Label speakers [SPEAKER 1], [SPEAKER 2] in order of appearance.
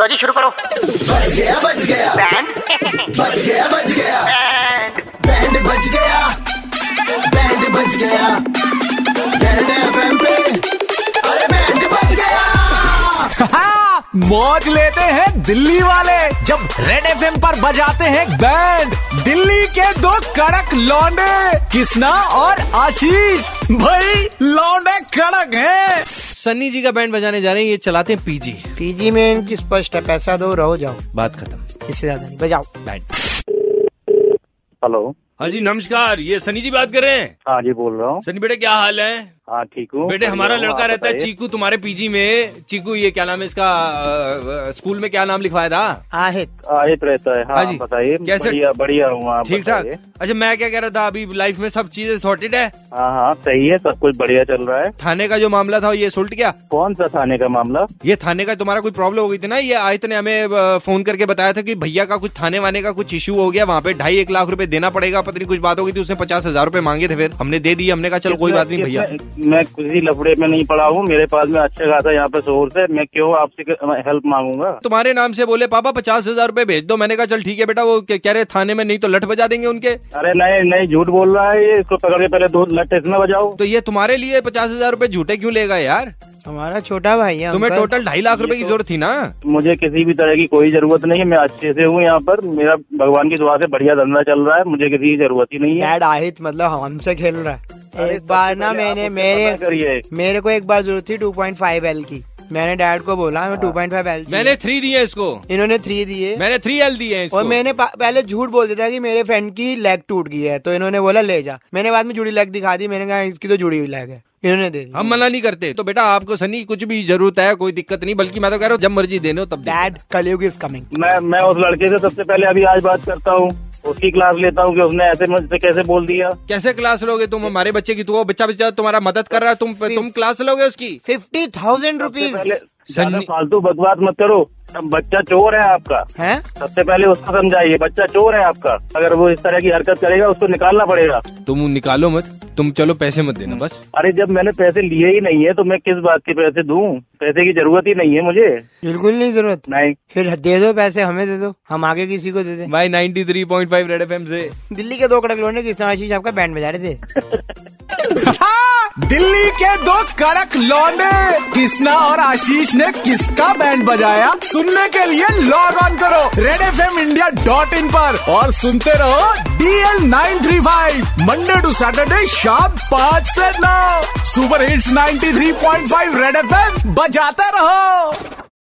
[SPEAKER 1] लो जी तो शुरू करो
[SPEAKER 2] बच गया बच गया
[SPEAKER 1] बैंड
[SPEAKER 2] बच गया बच गया
[SPEAKER 1] बैंड
[SPEAKER 2] बैंड बच गया बैंड बच गया बैंड एफएम पे अरे बैंड बच गया
[SPEAKER 3] हाँ, मौज लेते हैं दिल्ली वाले जब रेड एफ पर बजाते हैं बैंड दिल्ली के दो कड़क लौंडे किसना और आशीष भाई लौंडे कड़क हैं
[SPEAKER 4] सन्नी जी का बैंड बजाने जा रहे हैं ये चलाते हैं पीजी
[SPEAKER 5] पीजी में इनकी स्पष्ट है पैसा दो रहो जाओ
[SPEAKER 4] बात खत्म
[SPEAKER 5] इससे ज्यादा नहीं बजाओ
[SPEAKER 4] बैंड
[SPEAKER 6] हेलो
[SPEAKER 4] हाँ जी नमस्कार ये सनी जी बात कर रहे हैं
[SPEAKER 6] हाँ जी बोल रहा हूँ
[SPEAKER 4] सनी बेटे क्या हाल है
[SPEAKER 6] हाँ ठीक हूँ
[SPEAKER 4] बेटे हमारा
[SPEAKER 6] बढ़िया हूँ,
[SPEAKER 4] लड़का
[SPEAKER 6] आप
[SPEAKER 4] रहता है
[SPEAKER 6] बताइए।
[SPEAKER 4] चीकू तुम्हारे पीजी में चीकू ये क्या नाम है इसका अ, अ, स्कूल में क्या नाम लिखवाया था
[SPEAKER 5] आहेत
[SPEAKER 6] हाँ, ये तो रहता है
[SPEAKER 4] हाँ
[SPEAKER 6] हाँ
[SPEAKER 4] जी।
[SPEAKER 6] बताइए
[SPEAKER 4] कैसे-
[SPEAKER 6] बढ़िया बढ़िया हूँ आप
[SPEAKER 4] ठीक ठाक
[SPEAKER 6] बताइए।
[SPEAKER 4] अच्छा मैं क्या कह रहा था अभी लाइफ में सब चीजें सॉर्टेड है
[SPEAKER 6] हाँ हाँ सही है सब कुछ बढ़िया चल रहा है
[SPEAKER 4] थाने का जो मामला था ये सोल्ट क्या
[SPEAKER 6] कौन सा थाने का मामला
[SPEAKER 4] ये थाने का तुम्हारा कोई प्रॉब्लम हो गई थी ना ये आयत ने हमें अ, फोन करके बताया था कि भैया का कुछ थाने वाने का कुछ इशू हो गया वहाँ पे ढाई एक लाख रुपए देना पड़ेगा पता नहीं कुछ बात हो गई थी उसने पचास हजार रुपए मांगे थे फिर हमने दे दिए हमने कहा चलो कोई बात नहीं भैया
[SPEAKER 6] मैं- मैं किसी लफड़े में नहीं पड़ा हूँ मेरे पास में अच्छा खासा यहाँ पे सोर्स है मैं क्यों आपसे हेल्प मांगूंगा
[SPEAKER 4] तुम्हारे नाम से बोले पापा पचास हजार रुपए भेज दो मैंने कहा चल ठीक है बेटा वो क्या- कह रहे थाने में नहीं तो लठ बजा देंगे उनके
[SPEAKER 6] अरे नहीं नहीं झूठ बोल रहा है ये इसको पकड़ के पहले दो लट्टे इसमें बजाओ
[SPEAKER 4] तो ये तुम्हारे लिए पचास हजार रुपए झूठे क्यों लेगा यार
[SPEAKER 5] हमारा छोटा भाई है
[SPEAKER 4] तुम्हें
[SPEAKER 5] अंकल। तो-
[SPEAKER 4] टोटल ढाई लाख रुपए की जरूरत थी ना
[SPEAKER 6] मुझे किसी भी तरह की कोई जरूरत नहीं है मैं अच्छे से हूँ यहाँ पर मेरा भगवान की दुआ से बढ़िया धंधा चल रहा है मुझे किसी की जरूरत ही नहीं है
[SPEAKER 5] डैड आहेत मतलब हमसे खेल रहा है
[SPEAKER 6] अरे
[SPEAKER 5] एक बार
[SPEAKER 6] सबसे
[SPEAKER 5] ना
[SPEAKER 6] पहले
[SPEAKER 5] मैंने
[SPEAKER 6] आप उससे पता
[SPEAKER 5] मेरे
[SPEAKER 6] करिए।
[SPEAKER 5] मेरे को एक बार जरूरत थी 2.5 एल की मैंने डैड को बोला मैं 2.5 एल
[SPEAKER 4] मैंने थ्री दिए इसको
[SPEAKER 5] इन्होंने थ्री दिए
[SPEAKER 4] मैंने थ्री एल दिए हैं
[SPEAKER 5] और
[SPEAKER 4] इसको
[SPEAKER 5] मैंने पा- पहले झूठ बोल दिया था कि मेरे फ्रेंड की लेग टूट गई है तो इन्होंने बोला ले जा मैंने बाद में जुड़ी लेग दिखा दी मैंने कहा इसकी तो जुड़ी हुई लेग है इन्होंने दे दी
[SPEAKER 4] हम मना नहीं करते तो बेटा आपको सनी कुछ भी जरूरत है कोई दिक्कत नहीं बल्कि मैं तो कह रहा हूँ जब मर्जी देने हो तब दे
[SPEAKER 5] डैड कलयुग इज कमिंग
[SPEAKER 6] मैं मैं उस लड़के से सबसे पहले अभी आज बात करता हूँ उसकी क्लास लेता हूँ कि उसने ऐसे मुझसे कैसे बोल दिया
[SPEAKER 4] कैसे क्लास लोगे तुम हमारे बच्चे की तो वो बच्चा बच्चा तुम्हारा मदद कर रहा है तुम तुम क्लास लोगे उसकी
[SPEAKER 5] फिफ्टी थाउजेंड रुपीज
[SPEAKER 6] पहले ज्यादा
[SPEAKER 4] सन्नी-
[SPEAKER 6] फालतू बकवास मत करो अब बच्चा चोर है आपका
[SPEAKER 5] है
[SPEAKER 6] सबसे पहले उसको समझाइए बच्चा चोर है आपका अगर वो इस तरह की हरकत करेगा उसको निकालना पड़ेगा
[SPEAKER 4] तुम निकालो मत तुम चलो पैसे मत देना बस
[SPEAKER 6] अरे जब मैंने पैसे लिए ही नहीं है तो मैं किस बात के पैसे दूं पैसे की जरूरत ही नहीं है मुझे
[SPEAKER 5] बिल्कुल नहीं जरूरत
[SPEAKER 6] नहीं
[SPEAKER 5] फिर दे दो पैसे हमें दे दो हम आगे किसी को दे दे
[SPEAKER 4] भाई 93.5 रेड एफएम से
[SPEAKER 5] दिल्ली के दो कड़क लोने किसने आशीष आपका बैंड बजा रहे थे
[SPEAKER 3] हाँ, दिल्ली के दो कड़क लौंडे किसना और आशीष ने किसका बैंड बजाया सुनने के लिए लॉग ऑन करो Red F M India dot in पर और सुनते रहो DL nine three five Monday to Saturday शाम पाँच से नौ super hits 93.5 Red F M बजाते रहो